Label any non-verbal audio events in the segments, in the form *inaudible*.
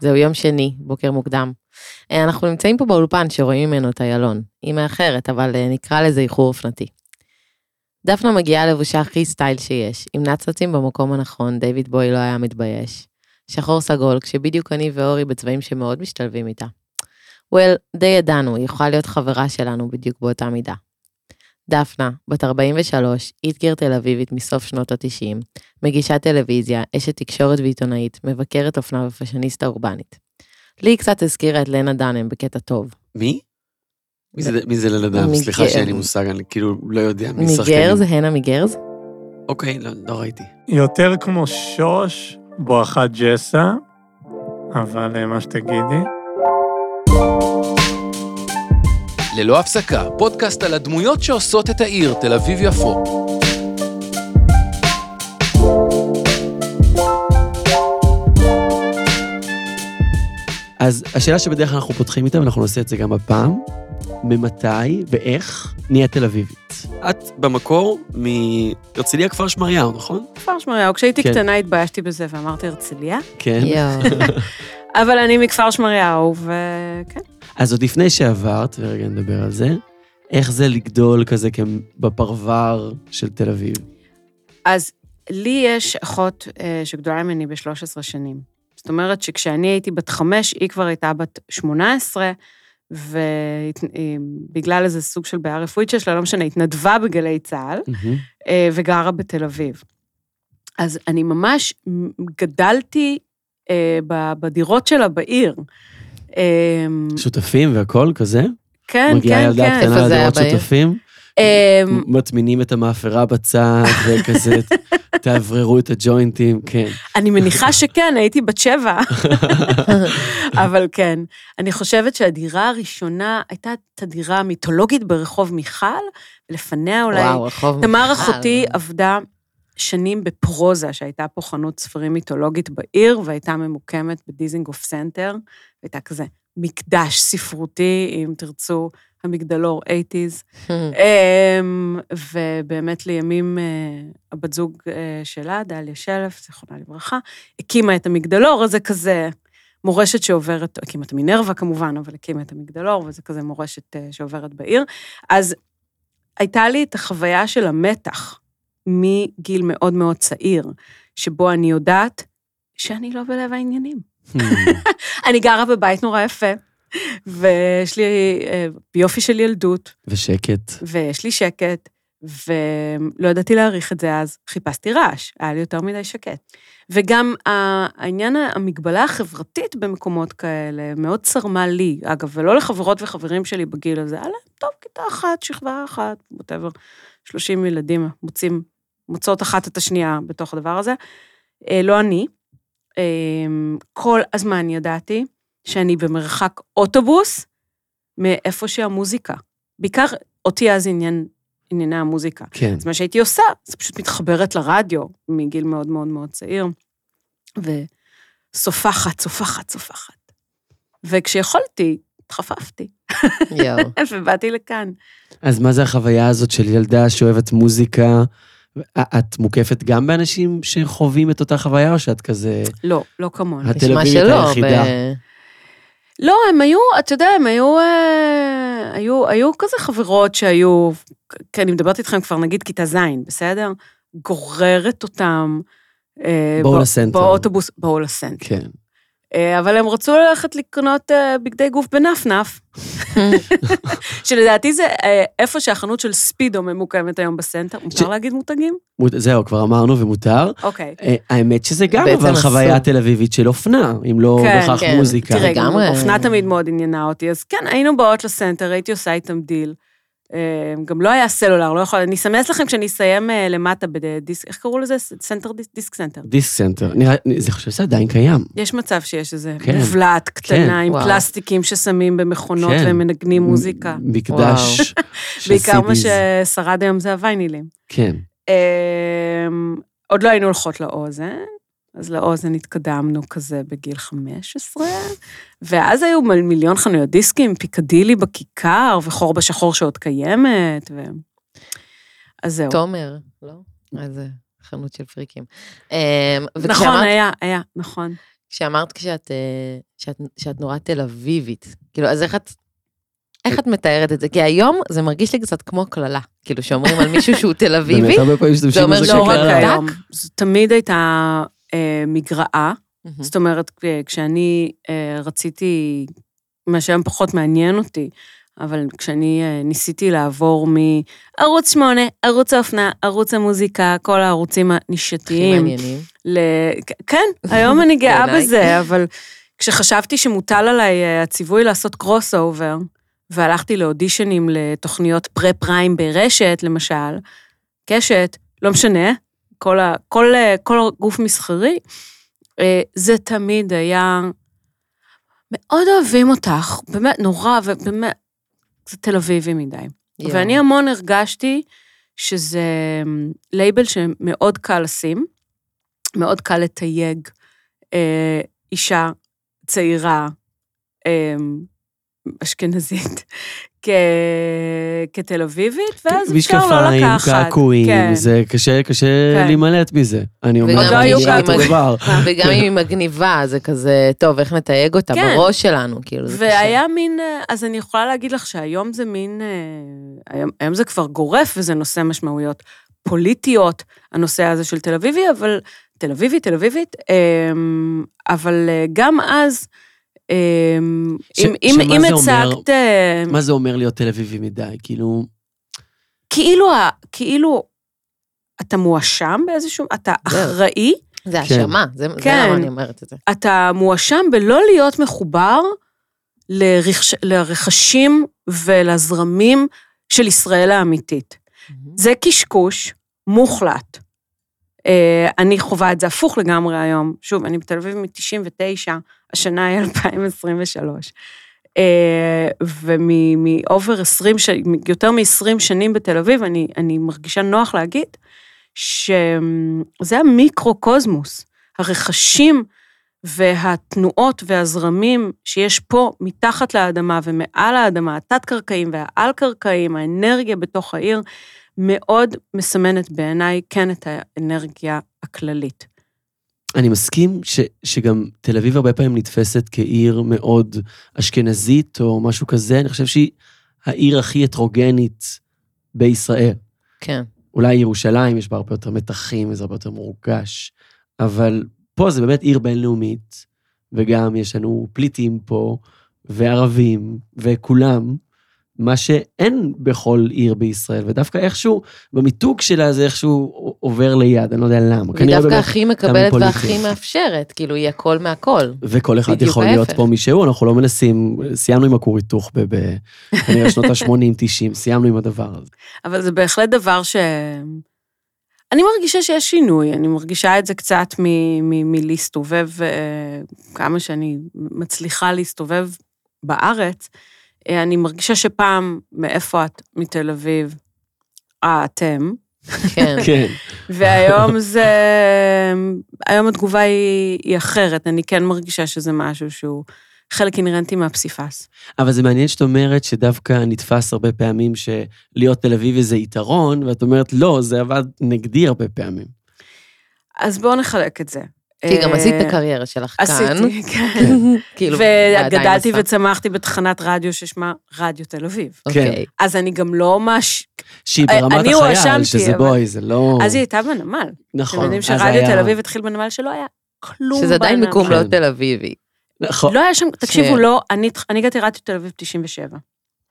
זהו יום שני, בוקר מוקדם. אה, אנחנו נמצאים פה באולפן שרואים ממנו את איילון. היא מאחרת, אבל אה, נקרא לזה איחור אופנתי. דפנה מגיעה לבושה הכי סטייל שיש, עם נצנצים במקום הנכון, דיוויד בוי לא היה מתבייש. שחור סגול, כשבדיוק אני ואורי בצבעים שמאוד משתלבים איתה. וול, well, די ידענו, היא יכולה להיות חברה שלנו בדיוק באותה מידה. דפנה, בת 43, איטגר תל אביבית מסוף שנות ה-90, מגישת טלוויזיה, אשת תקשורת ועיתונאית, מבקרת אופנה ופאשיניסטה אורבנית. לי היא קצת הזכירה את לנה דנם בקטע טוב. מי? מי זה- מי זה לנדם? מיגר. סליחה שאין לי מושג, אני כאילו לא יודע מי שחקנים. מגרז, הנה מגרז? אוקיי, לא- לא ראיתי. יותר כמו שוש, בואכה ג'סה, אבל אה, מה שתגידי. ללא הפסקה, פודקאסט על הדמויות שעושות את העיר תל אביב-יפו. אז השאלה שבדרך כלל אנחנו פותחים איתה, ואנחנו נעשה את זה גם הפעם, ממתי ואיך נהיית תל אביבית? את במקור מהרצליה כפר שמריהו, נכון? כפר שמריהו. כשהייתי כן. קטנה התביישתי בזה ואמרתי הרצליה, כן. יואו. אבל אני מכפר שמריהו, וכן. אז עוד לפני שעברת, ורגע נדבר על זה, איך זה לגדול כזה כ- בפרבר של תל אביב? אז לי יש אחות אה, שגדולה ממני ב-13 שנים. זאת אומרת שכשאני הייתי בת חמש, היא כבר הייתה בת 18, ובגלל אה, איזה סוג של בעיה רפואית שיש לה, לא משנה, התנדבה בגלי צה"ל, Mm-hmm. אה, וגרה בתל אביב. אז אני ממש גדלתי אה, ב- בדירות שלה בעיר. אה, שותפים והכל כזה? כן, מגיעה כן, ילדה כן. קטנה איפה זה היה לראות בעיר? שותפים? אמ, מטמינים את המאפרה בצד, *laughs* וכזה, תאווררו את הג'וינטים, כן. אני מניחה שכן, הייתי בת *laughs* שבע, אבל כן. אני חושבת שהדירה הראשונה הייתה את הדירה המיתולוגית ברחוב מיכל, ולפניה אולי... וואו, רחוב תמר מיכל. *laughs* אחותי עבדה שנים בפרוזה, שהייתה פה חנות ספרים מיתולוגית בעיר, והייתה ממוקמת בדיזינגוף סנטר, והייתה כזה מקדש ספרותי, אם תרצו, המגדלור 80's. אמ, ובאמת לימים אה, הבת זוג אה, שלה, דליה שלף, זיכרונה לברכה, הקימה את המגדלור, אז זה כזה מורשת שעוברת, הקימה את מינרווה כמובן, אבל הקימה את המגדלור, וזה כזה מורשת אה, שעוברת בעיר. אז הייתה לי את החוויה של המתח מגיל מאוד מאוד צעיר, שבו אני יודעת שאני לא בלב העניינים. Hmm. אני גרה בבית נורא יפה, ויש לי אה, יופי של ילדות, ושקט. ויש לי שקט, ולא ידעתי להעריך את זה אז, חיפשתי רעש, היה לי יותר מדי שקט. וגם ה- העניין, ה- המגבלה החברתית במקומות כאלה, מאוד צרמה לי, אגב, ולא לחברות וחברים שלי בגיל הזה, היה להם, טוב, כיתה אחת, שכבה אחת, ווטאבר, 30 ילדים מוצאים, מוצאות אחת את השנייה בתוך הדבר הזה. אה, לא אני. אה, כל הזמן ידעתי שאני במרחק אוטובוס מאיפה שהמוזיקה. בעיקר אותי אז עניין, עניינה המוזיקה. כן. אז מה שהייתי עושה, זה פשוט מתחברת לרדיו מגיל מאוד מאוד מאוד צעיר, וסופחת, סופחת, סופחת. וכשיכולתי, התחפפתי, *laughs* יואו. ובאתי לכאן. אז מה זה החוויה הזאת של ילדה שאוהבת מוזיקה? א- את מוקפת גם באנשים שחווים את אותה חוויה, או שאת כזה... לא, לא כמוני. התל נשמע אביבית שלא, היחידה. ב- לא, הם היו, אתה יודע, הם היו, אה, היו, היו כזה חברות שהיו, כן, אני מדברת איתכם כבר נגיד כיתה ז', בסדר? גוררת אותם. אה, בואו בא- לסנטר. באוטובוס, בואו לסנטר. כן. אה, אבל הם רצו ללכת לקנות אה, בגדי גוף *laughs* בנפנף, שלדעתי זה אה, איפה שהחנות של ספידו ממוקמת היום בסנטר. מותר להגיד מותגים? מות- זהו, כבר אמרנו ומותר. אוקיי. אה, האמת שזה גם בעצם אבל אסור. חוויה תל אביבית של אופנה, אם לא כן, בהכרח כן. מוזיקה. תראה, גם אה, לגמרי. אופנה תמיד מאוד עניינה אותי, אז כן, היינו באות לסנטר, הייתי עושה איתם דיל. אה, גם לא היה סלולר, לא יכול... אני אסמס לכם כשאני אסיים אה, למטה בדיסק, איך קראו לזה? ס- סנטר דיסק, דיסק סנטר. דיסק סנטר. נראה, זה חושב שזה עדיין קיים. יש מצב שיש איזה כן. מובלעת קטנה עם וואו. פלסטיקים ששמים במכונות כן. והם מנגנים מוזיקה. מקדש *laughs* של בעיקר מה CDs. ששרד היום זה הוויינילים. כן. אמ, עוד לא היינו הולכות לאוזן, אז לאוזן התקדמנו כזה בגיל 15, ואז היו מ- מיליון חנויות דיסקים, פיקדילי בכיכר, וחור בשחור שעוד קיימת, ו... אז זהו. תומר, Mm. לא? איזה חנות של פריקים. אמ, וכשאמרת- נכון, היה, היה, נכון. כשאמרת כשאת, אה, שאת, שאת נורא תל אביבית, כאילו, אז איך את, איך את מתארת את זה? כי היום זה מרגיש לי קצת כמו קללה, כאילו, שאומרים על מישהו שהוא תל *laughs* אביבי. באמת, הרבה פעמים משתמשים אומר בזה לא לא רק קרה. היום, זו תמיד הייתה אה, מגרעה. מהמם. זאת אומרת, כ- כשאני אה, רציתי, מה שהיום פחות מעניין אותי, אבל כשאני אה, ניסיתי לעבור מערוץ 8, ערוץ האופנה, ערוץ המוזיקה, כל הערוצים הכי הנישתיים, מעניינים. ל... כ- כן, היום אני גאה בעיניי. בזה, אבל כשחשבתי שמוטל עליי אה, הציווי לעשות קרוס אובר, והלכתי לאודישנים לתוכניות פרה-פריים ברשת, למשל, קשת, לא משנה, כל, ה, כל, אה, כל גוף מסחרי, אה, זה תמיד היה... מאוד אוהבים אותך, באמת נורא, ובאמת, זה תל אביבי מדי. יואו. ואני המון הרגשתי שזה לייבל שמאוד קל לשים, מאוד קל לתייג אה, אישה צעירה, אה, אשכנזית, כ, כתל אביבית, ואז אפשר לא משקפיים, לקחת. קעקועים, כן. זה קשה, קשה כן. להימלט מזה. אני אומר, וגם לא היו זה אותו קעקועים. דבר. *laughs* וגם אם היא מגניבה, זה כזה, טוב, איך נתייג אותה כן. בראש שלנו, כאילו, זה קשה. והיה מין, אה, אז אני יכולה להגיד לך שהיום זה מין, אה, היום, היום זה כבר גורף וזה נושא משמעויות פוליטיות, הנושא הזה של תל אביבי, אבל תל אביבי, תל אביבית, אה, אבל אה, גם אז, אה, ש- אם, אם, שמה אם זה אומר? הצגת, אה, מה זה אומר להיות תל אביבי מדי? כאילו, כאילו, ה- כאילו אתה מואשם באיזשהו, אתה זהו. אחראי, זה האשמה, זה זה כן. למה אני אומרת את זה. אתה מואשם בלא להיות מחובר לרכש, לרכשים ולזרמים של ישראל האמיתית. זה קשקוש מוחלט. אה, אני חווה את זה הפוך לגמרי היום. שוב, אני בתל אביב מ-99, השנה היא 2023. אה, ומאובר 20, ש- יותר מ-20 שנים בתל אביב, אני, אני מרגישה נוח להגיד שזה המיקרוקוסמוס. הרכשים והתנועות והזרמים שיש פה מתחת לאדמה ומעל האדמה, התת-קרקעיים והעל-קרקעיים, האנרגיה בתוך העיר, מאוד מסמנת בעיניי כן את האנרגיה הכללית. אני מסכים ש, שגם תל אביב הרבה פעמים נתפסת כעיר מאוד אשכנזית או משהו כזה, אני חושב שהיא העיר הכי הטרוגנית בישראל. כן. אולי ירושלים, יש בה הרבה יותר מתחים, וזה הרבה יותר מורגש, אבל פה זה באמת עיר בינלאומית, וגם יש לנו פליטים פה, וערבים, וכולם, מה שאין בכל עיר בישראל, ודווקא איכשהו, במיתוג שלה זה איכשהו עובר ליד, אני לא יודע למה. היא כנראה דווקא באמת- הכי מקבלת פוליטי. והכי מאפשרת, כאילו, היא הכל *laughs* מהכל. וכל אחד בדיוק יכול להיות ההפך. פה מי שהוא, אנחנו לא מנסים, סיימנו עם הכור היתוך ב... ב- כנראה שנות ה-80-90, סיימנו עם הדבר *laughs* הזה. אבל זה בהחלט דבר ש... אני מרגישה שיש שינוי, אני מרגישה את זה קצת מ- מ- מלהסתובב, אה, כמה שאני מצליחה להסתובב בארץ. אה, אני מרגישה שפעם, מאיפה את? מתל אביב. אה, אתם. כן. כן. *laughs* והיום זה... היום התגובה היא, היא אחרת, אני כן מרגישה שזה משהו שהוא חלק אינהרנטי מהפסיפס. אבל זה מעניין שאת אומרת שדווקא נתפס הרבה פעמים שלהיות תל אביבי זה יתרון, ואת אומרת, לא, זה עבד נגדי הרבה פעמים. אז בואו נחלק את זה. כי גם אה, עשית את הקריירה שלך כאן. עשיתי, כן. *laughs* כאילו, ועדיין וגדלתי עושה. וצמחתי בתחנת רדיו ששמה רדיו תל אביב. כן. אוקיי. אז אני גם לא מש... שהיא אה, ברמת החייל, אני הואשמתי, שזה אבל- בואי, זה לא... אז היא הייתה בנמל. אתם נכון, יודעים אז שרדיו היה- תל אביב התחיל בנמל שלא היה כלום שזה עדיין בנמל. מיקום כן. לא תל אביבי. נכון. לא היה שם, תקשיבו, ש- לא, אני התח- אני הגעתי רדיו תל אביב 97.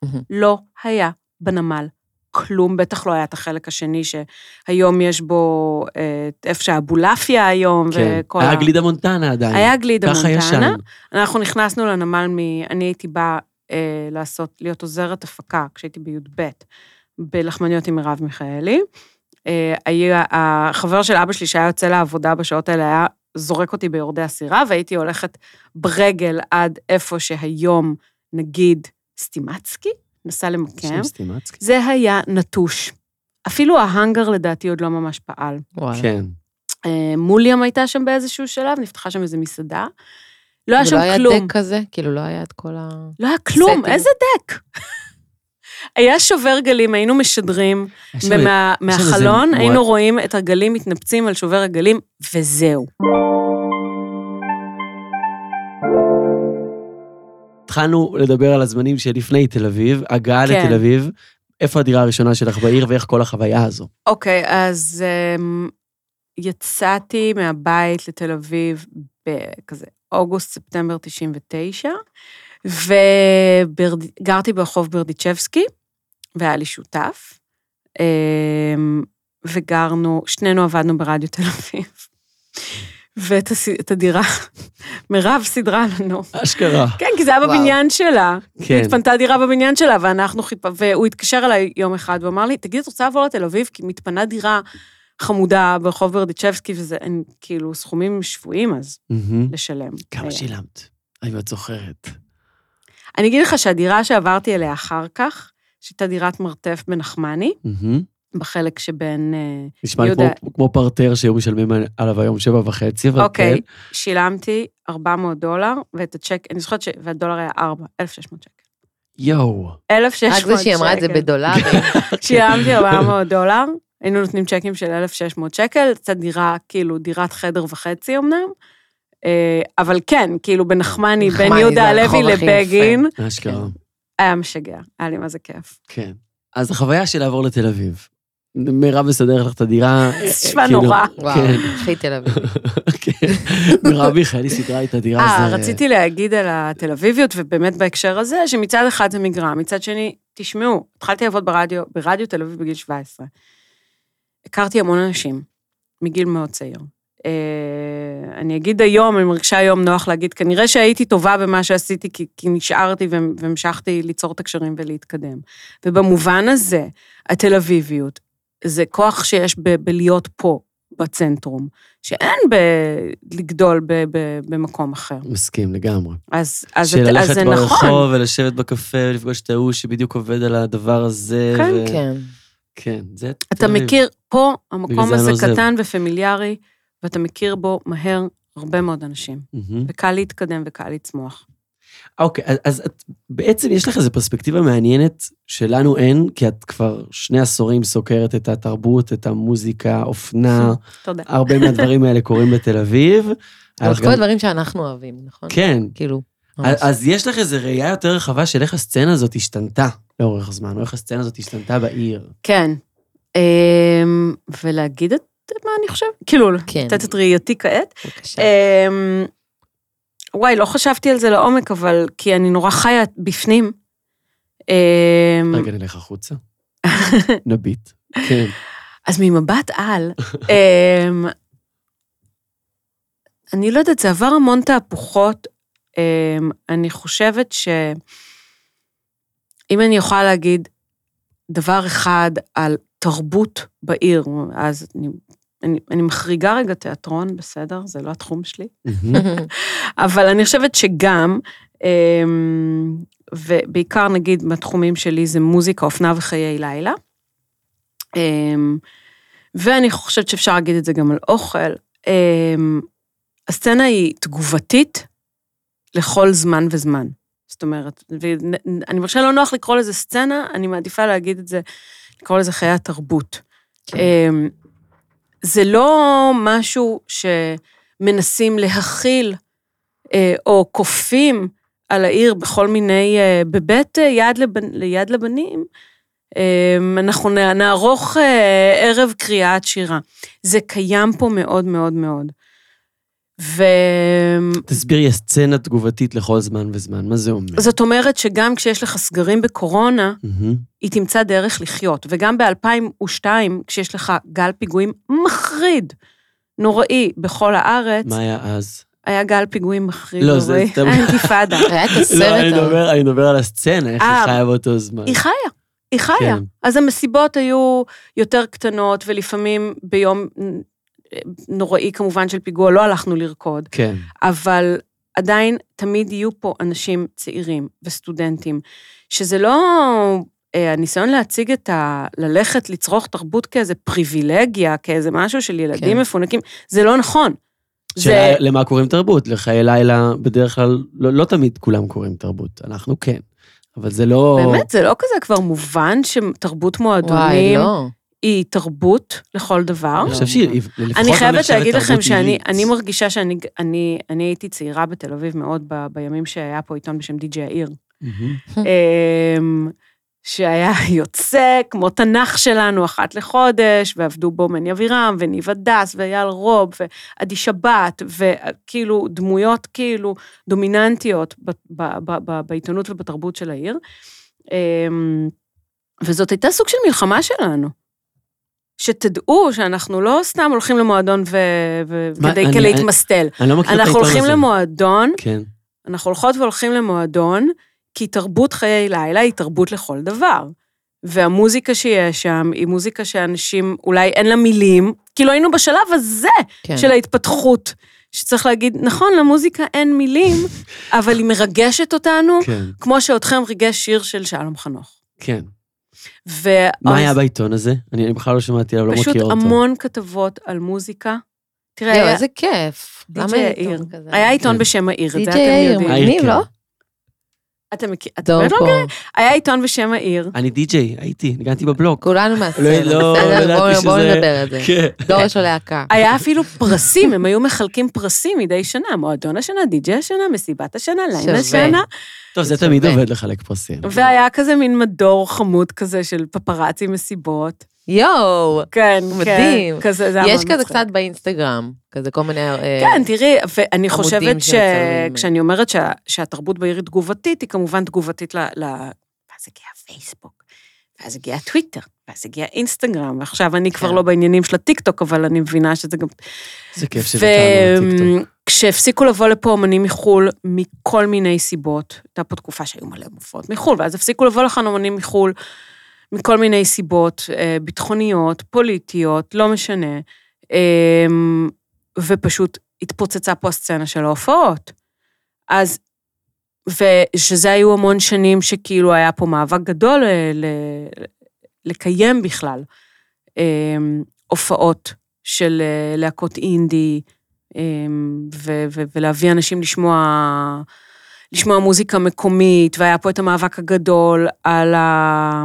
מהמם. לא היה בנמל כלום, בטח לא היה את החלק השני שהיום יש בו, אה, איפה שהבולעפיה היום, כן. וכל היה גלידה מונטנה עדיין. היה גלידה ככה מונטנה. ישן. אנחנו נכנסנו לנמל מ... אני הייתי באה אה, לעשות, להיות עוזרת הפקה כשהייתי בי"ב, בלחמניות עם מרב מיכאלי. אה, היה, החבר של אבא שלי שהיה יוצא לעבודה בשעות האלה היה זורק אותי ביורדי הסירה, והייתי הולכת ברגל עד איפה שהיום, נגיד, סטימצקי, נסע למקם. שם סטימצקי. כן. זה היה נטוש. אפילו ההאנגר לדעתי עוד לא ממש פעל. וואלה. כן. אה, מוליאם הייתה שם באיזשהו שלב, נפתחה שם איזו מסעדה. לא היה שם ולא היה כלום. דק כזה? כאילו, לא היה את כל ה... לא היה כלום, סטים. איזה דק. היה שובר גלים, היינו משדרים, יש שם- ומה- איזה מהחלון מועט. היינו רואים את הגלים מתנפצים על שובר הגלים, וזהו. התחלנו לדבר על הזמנים שלפני תל אביב, הגעה כן. לתל אביב, איפה הדירה הראשונה שלך בעיר ואיך כל החוויה הזו. אוקיי, אז um, יצאתי מהבית לתל אביב בכזה אוגוסט, ספטמבר 99, וגרתי ברחוב ברדיצ'בסקי, והיה לי שותף, um, וגרנו, שנינו עבדנו ברדיו תל אביב. ואת הס- את הדירה, *laughs* מירב סידרה לנו. אשכרה. כן, כי זה היה וואו. בבניין שלה. כן. כן. התפנתה דירה בבניין שלה, ואנחנו חיפ... והוא התקשר אליי יום אחד ואמר לי, תגיד, את רוצה לעבור לתל אביב? כי מתפנה דירה חמודה ברחוב ברדיצ'בסקי, וזה אין, כאילו סכומים שפויים אז מהמם. לשלם. כמה אה, שילמת? האם את זוכרת? אני אגיד לך שהדירה שעברתי אליה אחר כך, שהייתה דירת מרתף בנחמני, מהמם. בחלק שבין... אה, נשמע לי יהודה. כמו- כמו פרטר שהיו משלמים עליו היום שבע וחצי, אבל כן. אוקיי, שילמתי 400 דולר, ואת הצ'ק, אני זוכרת ש... והדולר היה 4, 1,600 שקל. יואו. 1,600 רק שקל. זה שהיא אמרה את זה *laughs* בדולרים. כן. שילמתי 400 דולר, היינו נותנים צ'קים של 1,600 שקל, קצת דירה, כאילו, דירת חדר וחצי אמנם, אה, אבל כן, כאילו, בנחמני, נחמני בין זה יהודה הרחוב הלוי הכי לבגין, אשכרה. כן. היה משגע, היה לי מה זה כיף. כן. אז החוויה של לעבור לתל אביב. מירב מסדרת לך את *laughs* הדירה. זה נשמע כאילו, נורא. וואו, כן. הכי תל אביב. *laughs* כן. מירב מיכאלי סידרה את הדירה. אה, זה- רציתי להגיד על התל אביביות, ובאמת בהקשר הזה, שמצד אחד זה מגרע, מצד שני, תשמעו, התחלתי לעבוד ברדיו, ברדיו תל אביב בגיל 17. הכרתי המון אנשים, מגיל מאוד צעיר. אה, אני אגיד היום, אני מרגישה היום נוח להגיד, כנראה שהייתי טובה במה שעשיתי, כי, כי נשארתי והמ- והמשכתי ליצור את הקשרים ולהתקדם. ובמובן הזה, התל אביביות, זה כוח שיש ב- בלהיות פה, בצנטרום, שאין בלגדול ב- ב- במקום אחר. מסכים לגמרי. אז, אז, של את, אז ללכת זה נכון. ברחוב ולשבת בקפה ולפגוש את ההוא שבדיוק עובד על הדבר הזה. כן, ו- כן. כן, זה... אתה תל אביב. מכיר, פה בגלל המקום זה אני לא הזה עוזב. קטן ופמיליארי, ואתה מכיר בו מהר הרבה מאוד אנשים. מהמם. וקל להתקדם וקל לצמוח. אוקיי, אז- אז את- בעצם יש לך איזו פרספקטיבה מעניינת שלנו אין, כי את כבר שני עשורים סוקרת את התרבות, את המוזיקה, אופנה, תודה. הרבה מהדברים האלה קורים בתל אביב. היה אבל לך כל גם- הדברים שאנחנו אוהבים, נכון? כן, כאילו, ממש. אז- אז יש לך איזו ראייה יותר רחבה של איך הסצנה הזאת השתנתה לאורך הזמן, או איך הסצנה הזאת השתנתה בעיר. כן. אמ, ולהגיד את מה אני חושבת? כאילו, כן. לתת את ראייתי כעת. בבקשה. אמ, וואי, לא חשבתי על זה לעומק, אבל כי אני נורא חיה בפנים. אמ, רגע, נלך החוצה. *laughs* נביט. כן. אז ממבט על, אמ, אני לא יודעת, זה עבר המון תהפוכות. אמ, אני חושבת ש... אם אני יכולה להגיד דבר אחד על תרבות בעיר, אז אני, אני, אני מחריגה רגע תיאטרון, בסדר? זה לא התחום שלי. *laughs* מהמם. אבל אני חושבת שגם, אמ, ובעיקר נגיד מהתחומים שלי זה מוזיקה, אופנה וחיי לילה. אמ, ואני חושבת שאפשר להגיד את זה גם על אוכל. אמ, הסצנה היא תגובתית לכל זמן וזמן. זאת אומרת, ואני מרשה לא נוח לקרוא לזה סצנה, אני מעדיפה להגיד את זה, לקרוא לזה חיי התרבות. אמ, זה לא משהו שמנסים להכיל אה, או כופים על העיר בכל מיני, אה, בבית אה, יד, לבנ, ליד לבנים, אה, אנחנו נ- נערוך אה, ערב קריאת שירה. זה קיים פה מאוד מאוד מאוד. ו... תסבירי, הסצנה תגובתית לכל זמן וזמן, מה זה אומר? זאת אומרת שגם כשיש לך סגרים בקורונה, מהמם. היא תמצא דרך לחיות. וגם ב-2002, כשיש לך גל פיגועים מחריד, נוראי, בכל הארץ, מה היה אז? היה גל פיגועים מחריד, לא, זה נוראי. סתם- *laughs* האינתיפאדה. היה את לא, אני הסרט, ה- מדבר- אני מדבר על הסצנה, איך היא אה, חיה באותו זמן. היא חיה, היא חיה. כן. אז המסיבות היו יותר קטנות, ולפעמים ביום נוראי כמובן של פיגוע לא הלכנו לרקוד, כן. אבל עדיין תמיד יהיו פה אנשים צעירים וסטודנטים, שזה לא... אה, הניסיון להציג את ה... ללכת לצרוך תרבות כאיזה פריבילגיה, כאיזה משהו של ילדים כן. מפונקים, זה לא נכון. זה... שאלה למה קוראים תרבות? לחיי לילה בדרך כלל, לא לא תמיד כולם קוראים תרבות, אנחנו כן. אבל זה לא... באמת, זה לא כזה כבר מובן שתרבות מועדונים... וואי, לא. היא תרבות לכל דבר. אני חושב שהיא, לפחות לא. לא אני חייבת נחשבת להגיד תרבות לכם שאני עילית. אני מרגישה שאני אני, אני הייתי צעירה בתל אביב מאוד ב, בימים שהיה פה עיתון בשם די.ג'י העיר. מהמם. אמ, שהיה יוצא כמו תנ"ך שלנו אחת לחודש, ועבדו בו מני אבירם, וניב הדס, ואייל רוב, ועדי שבת, וכאילו דמויות כאילו דומיננטיות ב- ב- ב- ב- בעיתונות ובתרבות של העיר. אמ, וזאת הייתה סוג של מלחמה שלנו. שתדעו שאנחנו לא סתם הולכים למועדון ו... ו... מה, כדי אני- כדי אני- להתמסטל. אני לא מכיר את העיתון הזה. אנחנו הולכים למועדון, כן. אנחנו הולכות והולכים למועדון, כי תרבות חיי לילה היא תרבות לכל דבר. והמוזיקה שיש שם היא מוזיקה שאנשים אולי אין לה מילים, כאילו היינו בשלב הזה כן. של ההתפתחות, שצריך להגיד, נכון, למוזיקה אין *laughs* מילים, אבל היא מרגשת אותנו, כן, כמו שאותכם ריגש שיר של שלום חנוך. כן. ו... מה היה בעיתון הזה? אני אני בכלל לא שמעתי עליו, לא מכיר פשוט אותו. המון כתבות על מוזיקה. תראה, יואו, היה- לא, איזה כיף. די.ג'יי למה אין עיתון יאיר. כזה? היה עיתון כן. בשם העיר, את זה די.ג'יי יאיר, אתם יודעים. העיר, מגניב, כן. לא? אתם מכירים, את דור באמת לא פה. מכירים? היה עיתון בשם העיר. אני די-ג'יי, הייתי, ניגנתי בבלוק. כולנו מהסרט. לא, לא בסדר, ידעתי בואו- בואו שזה- נדבר על זה. כן. דור יש לו *laughs* להקה. היה אפילו פרסים, הם היו מחלקים פרסים מדי שנה, מועדון השנה, די.ג'י השנה, מסיבת השנה, ליין שווה. השנה, טוב, זה שווה. תמיד עובד לחלק פרסים. והיה כזה מין מדור חמוד כזה של פפראצי מסיבות. יואו, כן, מדהים. כן, כזה, זה היה יש מאוד כזה מצחיק. קצת באינסטגרם, כזה כל מיני... אה, כן, תראי, ואני עמודים חושבת שמצלמים. שכשאני אומרת שה- שהתרבות בעיר היא תגובתית, היא כמובן תגובתית ל... ל- ואז הגיע פייסבוק, ואז הגיע טוויטר, ואז הגיע אינסטגרם, ועכשיו אני כבר כן. לא בעניינים של הטיקטוק, אבל אני מבינה שזה גם זה כיף שוויתרנו על טיקטוק. כשהפסיקו לבוא לפה אומנים מחו"ל, מכל מיני סיבות, הייתה פה תקופה שהיו מלא מופעות מחו"ל, ואז הפסיקו לבוא לכאן אומנים מחו"ל, מכל מיני סיבות, אה, ביטחוניות, פוליטיות, לא משנה, אה, ופשוט התפוצצה פה הסצנה של ההופעות. אז, ושזה היו המון שנים שכאילו היה פה מאבק גדול אה, ל- לקיים בכלל אה, הופעות של אה, להקות אינדי, אמ, ו- ו- ולהביא אנשים לשמוע, לשמוע מוזיקה מקומית, והיה פה את המאבק הגדול על, ה...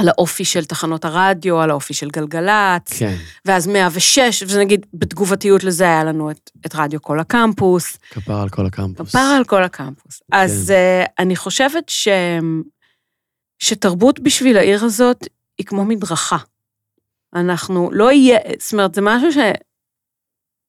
על האופי של תחנות הרדיו, על האופי של גלגלצ, כן, ואז 106, וזה נגיד, בתגובתיות לזה היה לנו את, את רדיו כל הקמפוס, כפר על כל הקמפוס. כן. כפרה על כל הקמפוס. אז אה, אני חושבת ש... שתרבות בשביל העיר הזאת היא כמו מדרכה. אנחנו לא יהיה, זאת אומרת, זה משהו ש...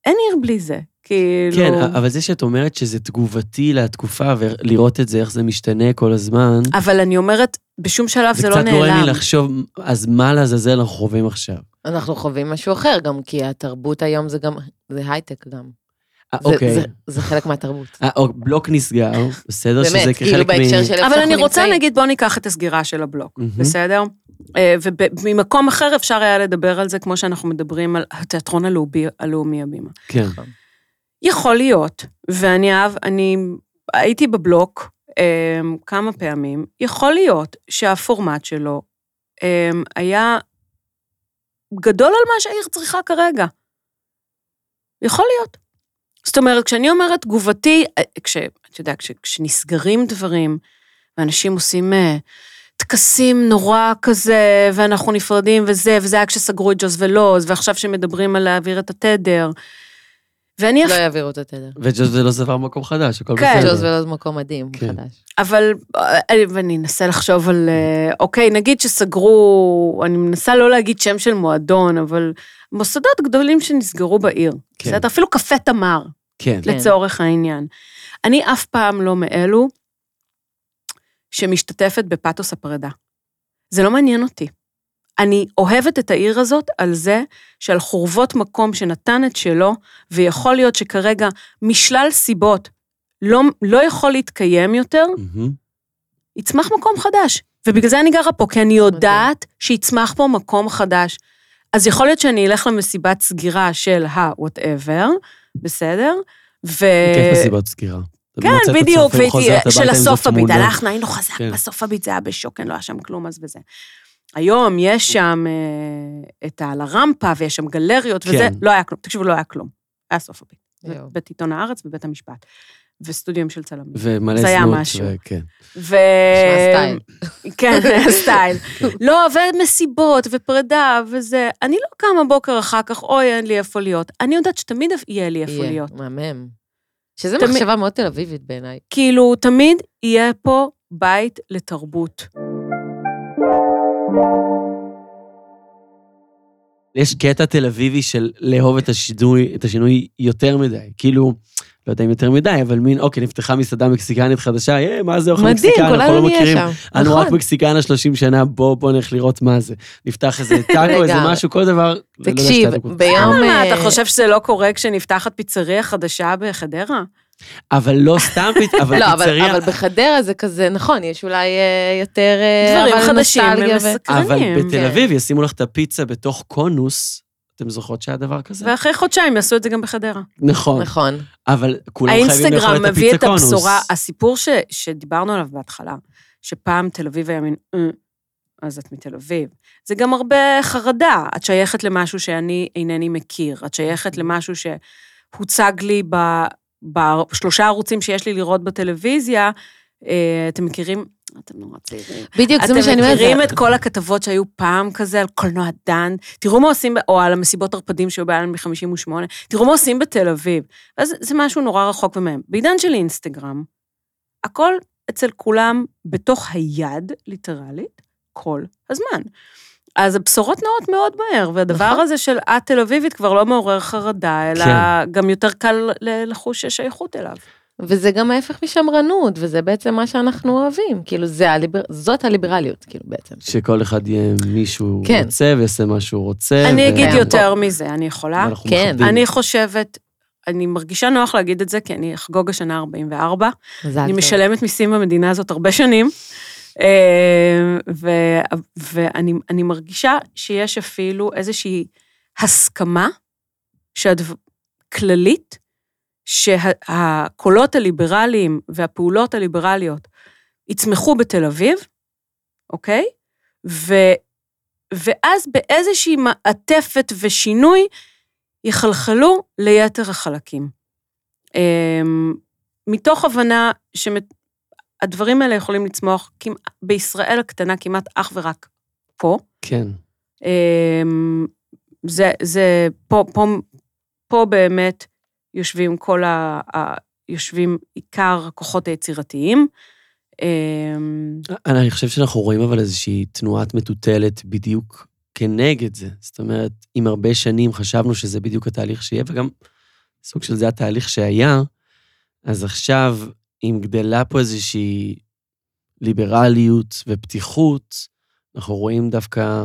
אין עיר בלי זה, כאילו... כן, אבל זה שאת אומרת שזה תגובתי לתקופה, ולראות את זה, איך זה משתנה כל הזמן, אבל אני אומרת, בשום שלב אה, זה, זה לא קצת נעלם. גורם לי לחשוב, אז מה לעזאזל אנחנו חווים עכשיו? אנחנו חווים משהו אחר גם, כי התרבות היום זה גם, זה הייטק גם. אה, זה- אוקיי. זה- זה חלק מהתרבות. אה, או- בלוק נסגר, לא בסדר שזה באמת, כחלק מ... כאילו בהקשר של איפה אבל אנחנו אני רוצה, נמצאים. נגיד, בואו ניקח את הסגירה של הבלוק, מהמם. בסדר? אה, וממקום אחר אפשר היה לדבר על זה, כמו שאנחנו מדברים על התיאטרון הלאומי, הלאומי הבימה. כן. יכול להיות, ואני אהב, אני הייתי בבלוק אה, כמה פעמים, יכול להיות שהפורמט שלו אה, היה גדול על מה שהעיר צריכה כרגע. יכול להיות. זאת אומרת, כשאני אומרת תגובתי, אה, כש... אתה יודע, כש, כשנסגרים דברים, ואנשים עושים אה, טקסים נורא כזה, ואנחנו נפרדים וזה, וזה היה כשסגרו את ג'וס ולוז, ועכשיו שמדברים על להעביר את התדר. ואני לא יעבירו את התדר. וג'וז זה לא ספר מקום חדש, הכל כן. בסדר. ג'וז ולוז מקום מדהים, כן. חדש. אבל, אה, ואני אנסה לחשוב על, אה, אוקיי, נגיד שסגרו, אני מנסה לא להגיד שם של מועדון, אבל מוסדות גדולים שנסגרו בעיר, כן. בסדר? אפילו קפה תמר, כן. כן. לצורך העניין. אני אף פעם לא מאלו שמשתתפת בפתוס הפרידה. זה לא מעניין אותי. אני אוהבת את העיר הזאת על זה שעל חורבות מקום שנתן את שלו, ויכול להיות שכרגע משלל סיבות לא, לא יכול להתקיים יותר, מהמם. יצמח מקום חדש. ובגלל זה אני גרה פה, כי אני יודעת שיצמח פה מקום חדש. אז יכול להיות שאני אלך למסיבת סגירה של ה-whatever, בסדר? ו... כיף בסיבת סגירה. אה, כן, בדיוק, והייתי, של הסוף הביט, הלכת. הלכנו, היינו חזק כן. בסוף הביט, זה היה בשוקן, לא היה שם כלום אז וזה. היום יש שם אה, את ה- על הרמפה, ויש שם גלריות וזה, כן. לא היה כלום, תקשיבו, לא היה כלום, היה סוף הביט. יואו. בית עיתון הארץ ובית המשפט. וסטודיו של צלמים. ומלא זה זנות. היה משהו. כן. ו... נשמע סטייל. כן, זה היה סטייל. לא, ומסיבות, ופרידה, וזה. אני לא קמה בוקר אחר כך, אוי, אין לי איפה להיות. אני יודעת שתמיד יהיה לי איפה יהיה, להיות. מהמם. שזה תמיד- מחשבה מאוד תל אביבית בעיניי. כאילו, תמיד יהיה פה בית לתרבות. יש קטע תל אביבי של לאהוב את השינוי, את השינוי יותר מדי. כאילו, לא יודע אם יותר מדי, אבל מין, אוקיי, נפתחה מסעדה מקסיקנית חדשה, אה, מה זה אוכל מדהים, מקסיקני, אנחנו לא כולנו נהיה מכירים. שם. אנו רק נכון. מקסיקנה 30 שנה, בוא, בוא נלך לראות מה זה. נפתח *laughs* איזה טאקו, איזה לגמרי. משהו, כל דבר. לא יודע, תקשיב, שתי דקות. ביום... מה, אתה אה, חושב שזה לא קורה כשנפתחת פיצריה חדשה בחדרה? אבל לא סתם, פת- אבל *laughs* לא, אבל, פיצריה... אבל בחדרה זה כזה, נכון, יש אולי אה, יותר... אה, דברים אבל חדשים נוסטלגיה ו- אבל ומסקרנים. בתל כן. אביב ישימו לך את הפיצה בתוך קונוס. אתם זוכרות שהיה דבר כזה? ואחרי חודשיים יעשו את זה גם בחדרה. נכון, נכון. אבל כולם חייבים לאכול האינסטגרם את מביא הפיצה את קונוס. הבשורה. הסיפור ש, שדיברנו עליו בהתחלה, שפעם תל אביב היה מין, "אה, אז את מתל אביב. זה גם הרבה חרדה. את שייכת למשהו שאני אינני מכיר. את שייכת למשהו שהוצג לי ב, בשלושה ערוצים שיש לי לראות בטלוויזיה. אה, אתם מכירים? אתם נורא צעירים. בדיוק, זה מה שאני אתם מכירים אומרת. את כל הכתבות שהיו פעם כזה על קולנוע דן? תראו מה עושים, ב- או על המסיבות ערפדים שהיו באלן מ-58, תראו מה עושים בתל אביב. אז זה משהו נורא רחוק ומהם. בעידן של אינסטגרם, הכל אצל כולם בתוך היד, ליטרלית, כל הזמן. אז הבשורות נעות מאוד מהר, והדבר נכון. הזה של את תל אביבית כבר לא מעורר חרדה, אלא כן. גם יותר קל ל- לחוש שייכות אליו. וזה גם ההפך משמרנות, וזה בעצם מה שאנחנו אוהבים. כאילו, זה הליבר... זאת הליברליות, כאילו, בעצם. שכל אחד יהיה מישהו כן. רוצה ויעשה מה שהוא רוצה. אני אגיד קיים יותר מזה, אני יכולה? ואנחנו כן. מכבדים. אני חושבת, אני מרגישה נוח להגיד את זה, כי אני אחגוג השנה 44. מזל אני טוב. משלמת מיסים במדינה הזאת הרבה שנים, אה, ו- ואני אני מרגישה שיש אפילו איזושהי הסכמה שהדב- כללית, שהקולות הליברליים והפעולות הליברליות יצמחו בתל אביב, אוקיי? ו, ואז באיזושהי מעטפת ושינוי יחלחלו ליתר החלקים. אמ, מתוך הבנה שהדברים האלה יכולים לצמוח כמעט, בישראל הקטנה כמעט אך ורק פה. כן. אמ, זה, זה, פה, פה, פה באמת יושבים כל ה... ה יושבים עיקר הכוחות היצירתיים. אמ, אני חושב שאנחנו רואים אבל איזושהי תנועת מטוטלת בדיוק כנגד זה. זאת אומרת, אם הרבה שנים חשבנו שזה בדיוק התהליך שיהיה, וגם סוג של זה התהליך שהיה, אז עכשיו, אם גדלה פה איזושהי ליברליות ופתיחות, אנחנו רואים דווקא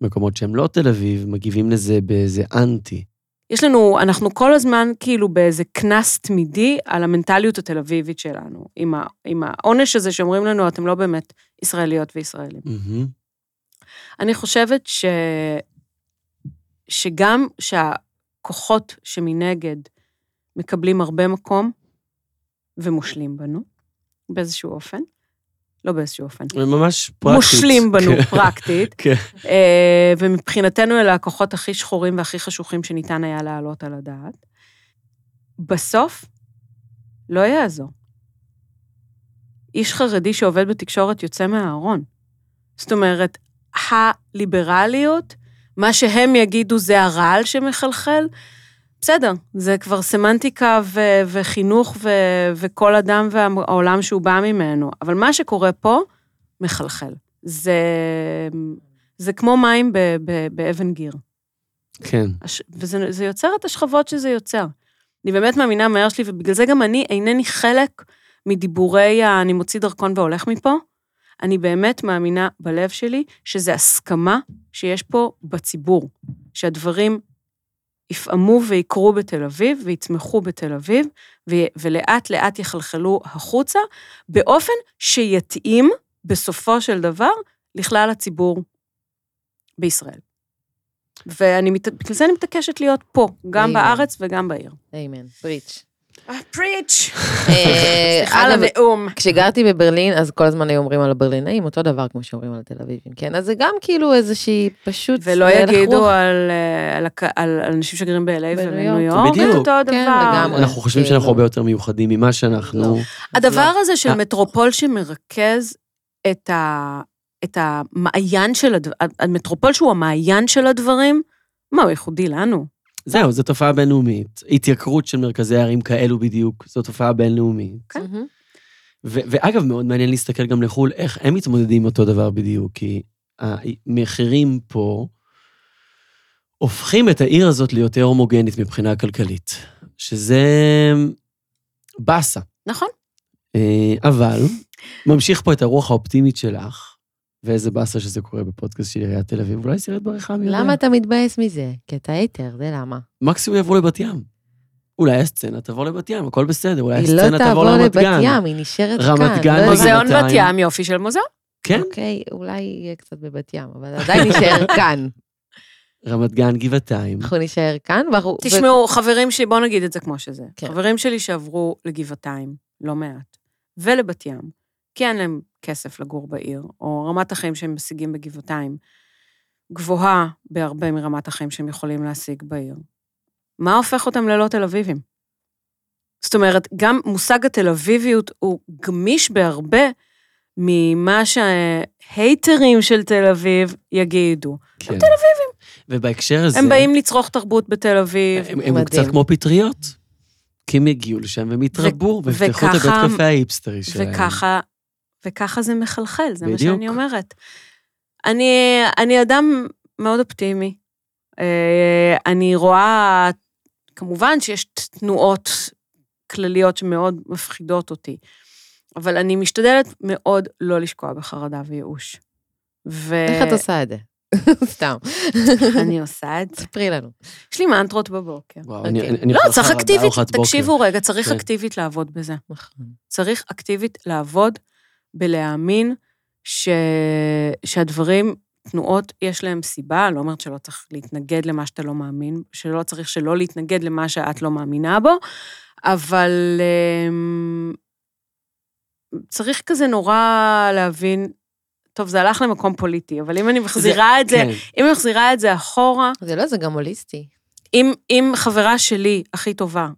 מקומות שהם לא תל אביב, מגיבים לזה באיזה אנטי. יש לנו, אנחנו כל הזמן כאילו באיזה קנס תמידי על המנטליות התל אביבית שלנו, עם, ה, עם העונש הזה שאומרים לנו, אתם לא באמת ישראליות וישראלים. אני חושבת ש... שגם שהכוחות שמנגד מקבלים הרבה מקום ומושלים בנו, באיזשהו אופן, לא באיזשהו אופן, ממש פרקטית. מושלים בנו פרקטית, כן. אה, ומבחינתנו אלה הכוחות הכי שחורים והכי חשוכים שניתן היה להעלות על הדעת. בסוף, לא יעזור. איש חרדי שעובד בתקשורת יוצא מהארון. זאת אומרת, הליברליות, מה שהם יגידו זה הרעל שמחלחל, בסדר, זה כבר סמנטיקה ו- וחינוך ו- וכל אדם והעולם שהוא בא ממנו. אבל מה שקורה פה, מחלחל. זה, זה כמו מים ב, ב, באבן גיר. כן. הש- וזה זה יוצר את השכבות שזה יוצר. אני באמת מאמינה מהר שלי, ובגלל זה גם אני אינני חלק מדיבורי ה- אני מוציא דרכון והולך מפה. אני באמת מאמינה בלב שלי שזו הסכמה שיש פה בציבור, שהדברים יפעמו ויקרו בתל אביב ויצמחו בתל אביב, ו- ולאט לאט יחלחלו החוצה, באופן שיתאים בסופו של דבר לכלל הציבור בישראל. ואני, מת- בגלל זה אני מתעקשת להיות פה, גם אמן. בארץ וגם בעיר. איימן, בריץ'. פריץ'. *laughs* אה, סליחה על אגב, הנאום. כשגרתי בברלין, אז כל הזמן היו אומרים על הברלינאים אותו דבר כמו שאומרים על תל אביבים, כן? אז זה גם כאילו איזושהי פשוט... ולא הלך רוח. יגידו על, אה, על, הק- על, על אנשים שגרים ב-LA ובניו בניו יורק. יורק, בדיוק. לא, זה אותו הדבר. כן, לגמרי. אנחנו חושבים כאילו. שאנחנו הרבה יותר מיוחדים ממה שאנחנו... לא. הדבר הזה של אה. מטרופול שמרכז את, ה, את המעיין של הדברים, המטרופול שהוא המעיין של הדברים, מה, הוא ייחודי לנו. זהו, זו תופעה בינלאומית. התייקרות של מרכזי ערים כאלו בדיוק, זו תופעה בינלאומית. כן. מהמם. ו- ואגב, מאוד מעניין להסתכל גם לחו"ל, איך הם מתמודדים עם אותו דבר בדיוק, כי המחירים פה הופכים את העיר הזאת ליותר הומוגנית מבחינה כלכלית, שזה באסה. נכון. אה, אבל ממשיך פה את הרוח האופטימית שלך, ואיזה באסה שזה קורה בפודקאסט של עיריית תל אביב, אולי סירת בריחה, מי יודע. למה אתה מתבאס מזה? כי אתה היתר, זה למה. מקסימום יבוא לבת ים. אולי הסצנה תעבור לבת ים, הכל בסדר, אולי היא לא הסצנה תעבור תעבור לרמת לבת גן. ים, היא נשארת כאן. רמת גן לא בגן. יודעת. מוזיאון בת בינתיים. ים, יופי של מוזיאון. כן, אוקיי, אולי יהיה קצת בבת ים, אבל עדיין *laughs* נישאר כאן. רמת גן, גבעתיים. אנחנו נישאר כאן, ואנחנו... תשמעו, חברים שלי, בואו נגיד את זה כמו שזה. כן. חברים שלי שעברו לגבעתיים, לא מעט, ולבת ים, כי אין להם כסף לגור בעיר, או רמת החיים שהם משיגים בגבעתיים גבוהה בהרבה מרמת החיים שהם יכולים להשיג בעיר. מה הופך אותם ללא תל אביבים? זאת אומרת, גם מושג התל אביביות הוא גמיש בהרבה ממה שההייטרים של תל אביב יגידו. כן. תל אביבים. ובהקשר הזה, לא הם באים לצרוך תרות בתל אביב. הם, הם מדהים. קצת כמו פטריות, כי הם יגיעו לשם והם יתרבו, ו- ויפתחו את הבית וככה- קפה ההיפסטרי שלהם. וככה, וככה זה מחלחל, זה מה בדיוק. שאני אומרת. אני, אני אדם מאוד אופטימי. אה, אני רואה, כמובן שיש תנועות כלליות שמאוד מפחידות אותי, אבל אני משתדלת מאוד לא לשקוע בחרדה וייאוש. איך את עושה את זה? אה, *laughs* סתם, ואני עושה את זה. ספרי לנו. יש לי מנטרות בבוקר. וואו, אני, אוקיי. אני, אני לא, אוכל צריך חרדה אקטיבית, ארוחת בוקר. תקשיבו רגע, צריך כן. אקטיבית לעבוד בזה. נכון. צריך אקטיבית לעבוד בלהאמין ש... שהדברים, תנועות, יש להם סיבה, אני לא אומרת שלא צריך להתנגד למה שאתה לא מאמין, שלא צריך שלא להתנגד למה שאת לא מאמינה בו, אבל אמ, צריך כזה נורא להבין, טוב, זה הלך למקום פוליטי, אבל אם אני מחזירה את זה, כן, אם אני מחזירה את זה אחורה, זה לא, זה גם הוליסטי. אם, אם חברה שלי, הכי טובה,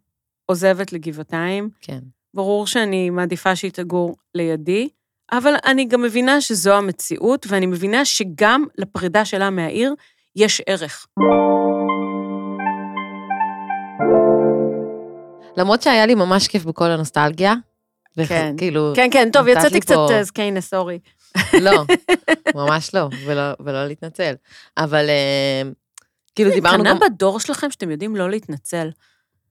עוזבת לגבעתיים, כן. ברור שאני מעדיפה שהיא תגור לידי, אבל אני גם מבינה שזו המציאות, ואני מבינה שגם לפרידה שלה מהעיר יש ערך. למרות שהיה לי ממש כיף בכל הנוסטלגיה. וכ- כן. כאילו, כן, כן, טוב, נתת לי יצאתי קצת פה- אה, זקנה, סורי. לא, ממש לא, ולא- ולא להתנצל. אבל אה, כאילו דיברנו קנה גם... בדור שלכם שאתם יודעים לא להתנצל.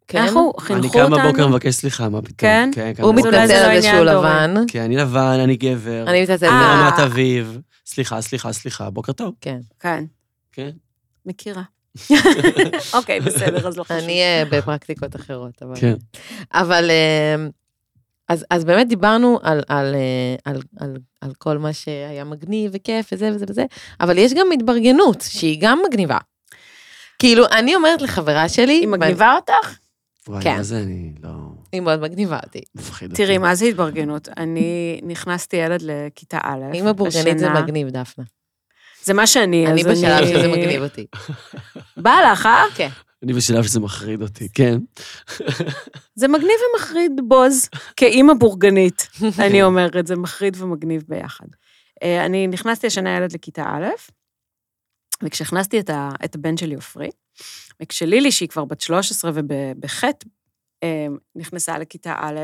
כן? אנחנו אני חינכו קם בבוקר אותנו. ומבקש סליחה, מה פתאום. אוקיי. כן? קם הוא בבוקר. אולי מתנצל זה לא על זה שהוא עניין דורי. לבן, כן, אני לבן, אני גבר, אני מתנצלת. אה. ברמת- מרמת אביב. סליחה, סליחה, סליחה, בוקר טוב. כן. כן, כן. מכירה. *laughs* אוקיי, בסדר, אז לא חשוב. אני אה, בפרקטיקות אחרות, אבל... כן. אבל אה, אז, אז באמת דיברנו על, על, אה, על, על, על כל מה שהיה מגניב וכיף וזה וזה וזה, אבל יש גם התברגנות שהיא גם מגניבה. כאילו, אני אומרת לחברה שלי, היא מגניבה אותך? וואי, כן. מה זה, אני לא... היא מאוד מגניבה אותי. מפחיד אותי. תראי, מה זה התברגנות? אני נכנסתי ילד לכיתה א', אם הבורגנית זה השנה. מגניב, דפנה. זה מה שאני, אני אז בשלב שזה מגניב אותי. בא לך, אה? כן. אני בשלב שזה מחריד אותי, כן. זה מגניב ומחריד בוז, כאימא בורגנית, אני אומרת, זה מחריד ומגניב ביחד. אה, אני נכנסתי השנה ילד לכיתה א', וכשהכנסתי את, ה, את הבן שלי עופרי, וכשלילי, שהיא כבר בת 13 ובחטא, אה, נכנסה לכיתה א',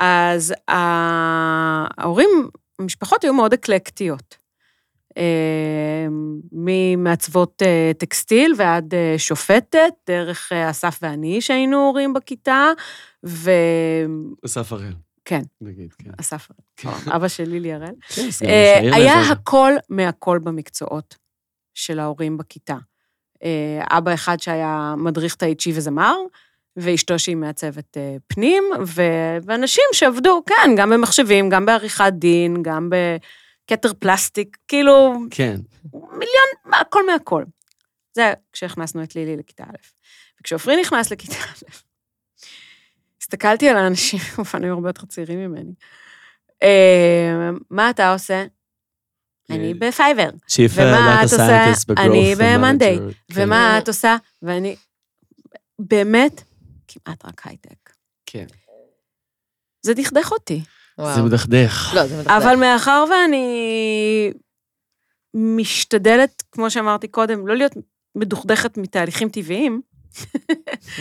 אז ה- ההורים, המשפחות היו מאוד אקלקטיות. אה, ממעצבות אה, טקסטיל ועד אה, שופטת, דרך אה, אסף ואני שהיינו הורים בכיתה, וכן, אסף הראל, נגיד, כן. אסף, כן, אבא של לילי הראל. כן, סגן אה, ראש העיר היה לעזור. הכל מהכל במקצועות של ההורים בכיתה. אה, אבא אחד שהיה מדריך תאי צ'י וזמר, ואשתו שהיא מעצבת אה, פנים, ו- ואנשים שעבדו, כן, גם במחשבים, גם בעריכת דין, גם בכתר פלסטיק, כאילו, כן. מיליון, הכל מהכל. זה כשהכנסנו את לילי לכיתה א'. וכשעופרי נכנס לכיתה א', הסתכלתי על האנשים, *laughs* אופן, היו הרבה יותר צעירים ממני. אה, מה אתה עושה? אני בפייבר. שאיפה ומה דאטה את עושה? סיינטיסט בגרוף. אני ב-Monday. ומנג'ר, כן. ומה את עושה? ואני באמת כמעט רק הייטק. כן. זה דכדך אותי. זה וואו. מדכדך. לא, זה מדכדך. אבל מאחר ואני משתדלת, כמו שאמרתי קודם, לא להיות מדוכדכת מתהליכים טבעיים,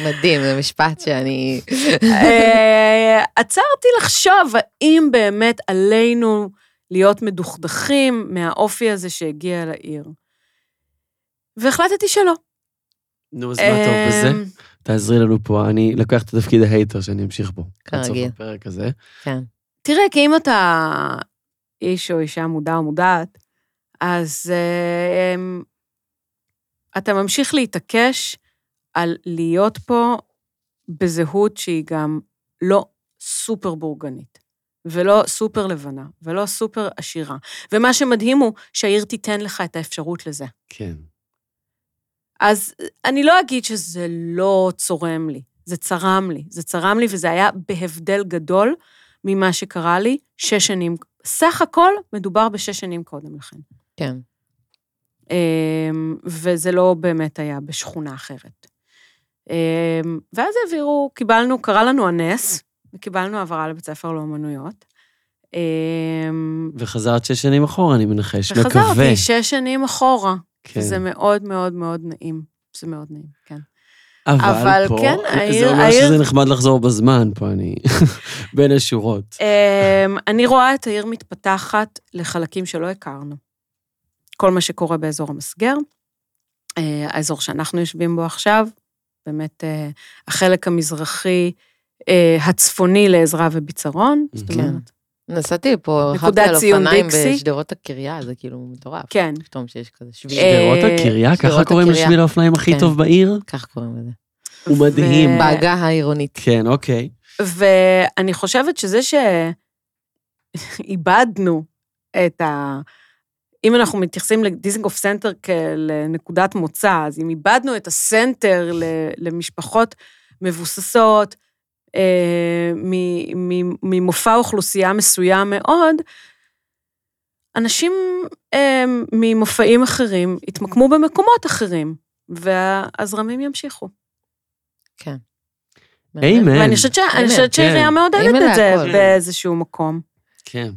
מדהים, זה משפט שאני... אה, עצרתי לחשוב האם באמת עלינו להיות מדוכדכים מהאופי הזה שהגיע לעיר. והחלטתי שלא. נו, אז מה טוב בזה? אמ, תעזרי לנו פה, אני לקח את התפקיד ההייטר שאני אמשיך בו. עד סוף כרגיל. הפרק הזה. כן. תראה, כי אם אתה איש או אישה מודע או מודעת, אז אה, אמ, אתה ממשיך להתעקש על להיות פה בזהות שהיא גם לא סופר בורגנית, ולא סופר לבנה, ולא סופר עשירה. ומה שמדהים הוא שהעיר תיתן לך את האפשרות לזה. כן. אז אני לא אגיד שזה לא צורם לי, זה צרם לי, זה צרם לי וזה היה בהבדל גדול ממה שקרה לי שש שנים, סך הכל מדובר בשש שנים קודם לכן. כן. אמ, וזה לא באמת היה בשכונה אחרת. אמ, ואז העבירו, קיבלנו, קרה לנו הנס, וקיבלנו העברה לבית ספר לאומנויות. אמ, וחזרת שש שנים אחורה, אני מנחש. מקווה. וחזרתי שש שנים אחורה, כן. וזה מאוד מאוד מאוד נעים. זה מאוד נעים, כן. אבל אבל פה, כן, זה העיר- אומר העיר- שזה נחמד לחזור בזמן פה, אני... *laughs* בין השורות. אמ, אני רואה את העיר מתפתחת לחלקים שלא הכרנו. כל מה שקורה באזור המסגר, אה, האזור שאנחנו יושבים בו עכשיו, באמת אה, החלק המזרחי אה, הצפוני לעזרה וביצרון, זאת כן. אומרת, נסעתי פה, נקודת רכבתי על ציון אופניים דיקסי. בשדרות הקריה, זה כאילו מטורף. כן. פתאום שיש כזה שביל. אה, שדרות הקריה, ככה שדרות קוראים הקריה. לשביל האופניים הכי כן. טוב בעיר? כך קוראים לזה. הוא מדהים. ו- בעגה העירונית. כן, אוקיי. ואני חושבת שזה שאיבדנו את ה... אם אנחנו מתייחסים לדיזנגוף סנטר כנקודת מוצא, אז אם איבדנו את הסנטר ל- למשפחות מבוססות, אה, מ- מ- ממופע אוכלוסייה מסוים מאוד, אנשים אה, ממופעים אחרים התמקמו במקומות אחרים, והזרמים ימשיכו. איימן. ואני חושבת ש- אני הנה, חושבת שהעירייה כן. מעודדת הנה את זה להכל. באיזשהו מקום. כן.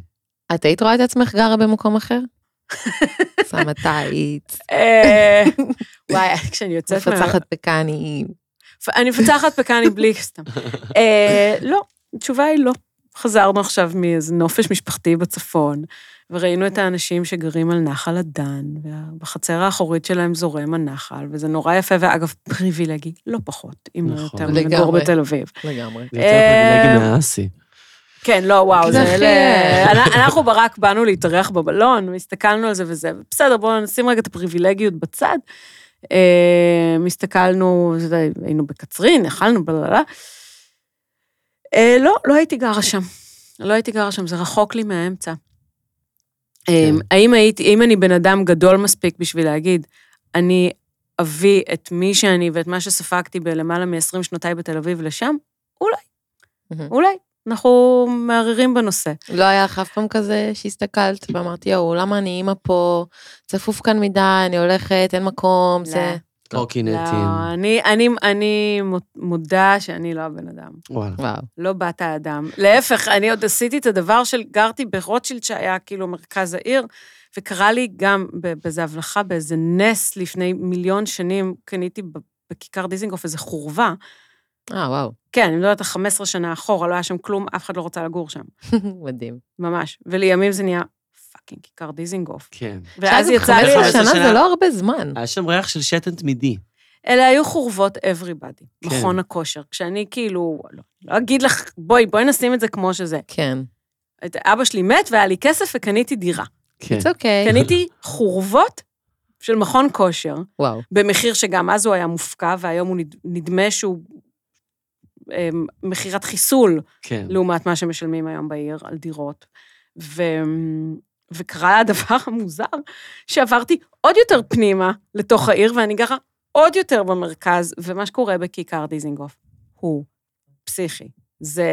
את היית רואה את עצמך גרה במקום *laughs* אחר? שמה טייץ, אה, *laughs* וואי, כשאני יוצאת מה... מפצחת פקנים. אני מפצחת פקני בלי *laughs* סתם. אה, לא, התשובה היא לא. חזרנו עכשיו מאיזה נופש משפחתי בצפון, וראינו את האנשים שגרים על נחל הדן, ובחצר האחורית שלהם זורם הנחל, וזה נורא יפה, ואגב, פריבילגי, לא פחות, אם לא נכון. יותר מגור לגמרי. בתל אביב. לגמרי. זה יותר פריבילגי אה, מהאסי. כן, לא, וואו, זה זה הכי- אלה... אנ- אנחנו ברק באנו להתארח בבלון, והסתכלנו על זה וזה, בסדר, בואו נשים רגע את הפריבילגיות בצד. אה, הסתכלנו, אתה יודע, היינו בקצרין, אכלנו, בללה. אה, לא, לא הייתי גרה שם. לא הייתי גרה שם, זה רחוק לי מהאמצע. אה, כן. האם הייתי, אם אני בן אדם גדול מספיק בשביל להגיד, אני אביא את מי שאני ואת מה שספגתי בלמעלה מ-20 שנותיי בתל אביב לשם, אולי, מהמם. אולי. אנחנו מערערים בנושא. לא היה לך אף פעם כזה שהסתכלת ואמרת, יואו, למה אני אימא פה? צפוף כאן מדי, אני הולכת, אין מקום, זה... קורקינטים. לא, אני, אני, אני מודה שאני לא הבן אדם. וואלה. וואו. לא בת האדם. להפך, אני עוד עשיתי את הדבר של, גרתי ברוטשילד שהיה כאילו מרכז העיר, וקרה לי גם ב- באיזה הבלחה, באיזה נס לפני מיליון שנים, קניתי ב- בכיכר דיזינגוף איזה חורבה. אה, וואו. *laughs* כן, אני מדברת על 15 שנה אחורה, לא היה שם כלום, אף אחד לא רצה לגור שם, מדהים. ממש. ולימים זה נהיה פאקינג כיכר דיזינגוף. כן. ואז שאגב, יצא לי... 15 15 שנה שנה. זה לא הרבה זמן. היה שם ריח של שתן תמידי. אלה היו חורבות everybody, כן. מכון הכושר. כשאני כאילו, לא, לא אגיד לך, בואי, בואי נשים את זה כמו שזה. כן. את- אבא שלי מת והיה לי כסף וקניתי דירה. כן. זה אוקיי. קניתי חורבות של מכון כושר, וואו. במחיר שגם אז הוא היה מופקע, והיום הוא נד- נדמה שהוא אמ, מכירת חיסול כן. לעומת מה שמשלמים היום בעיר על דירות. ו... וקרה הדבר *laughs* המוזר, שעברתי עוד יותר פנימה לתוך העיר, ואני גרה עוד יותר במרכז, ומה שקורה בכיכר דיזינגוף הוא פסיכי. זה...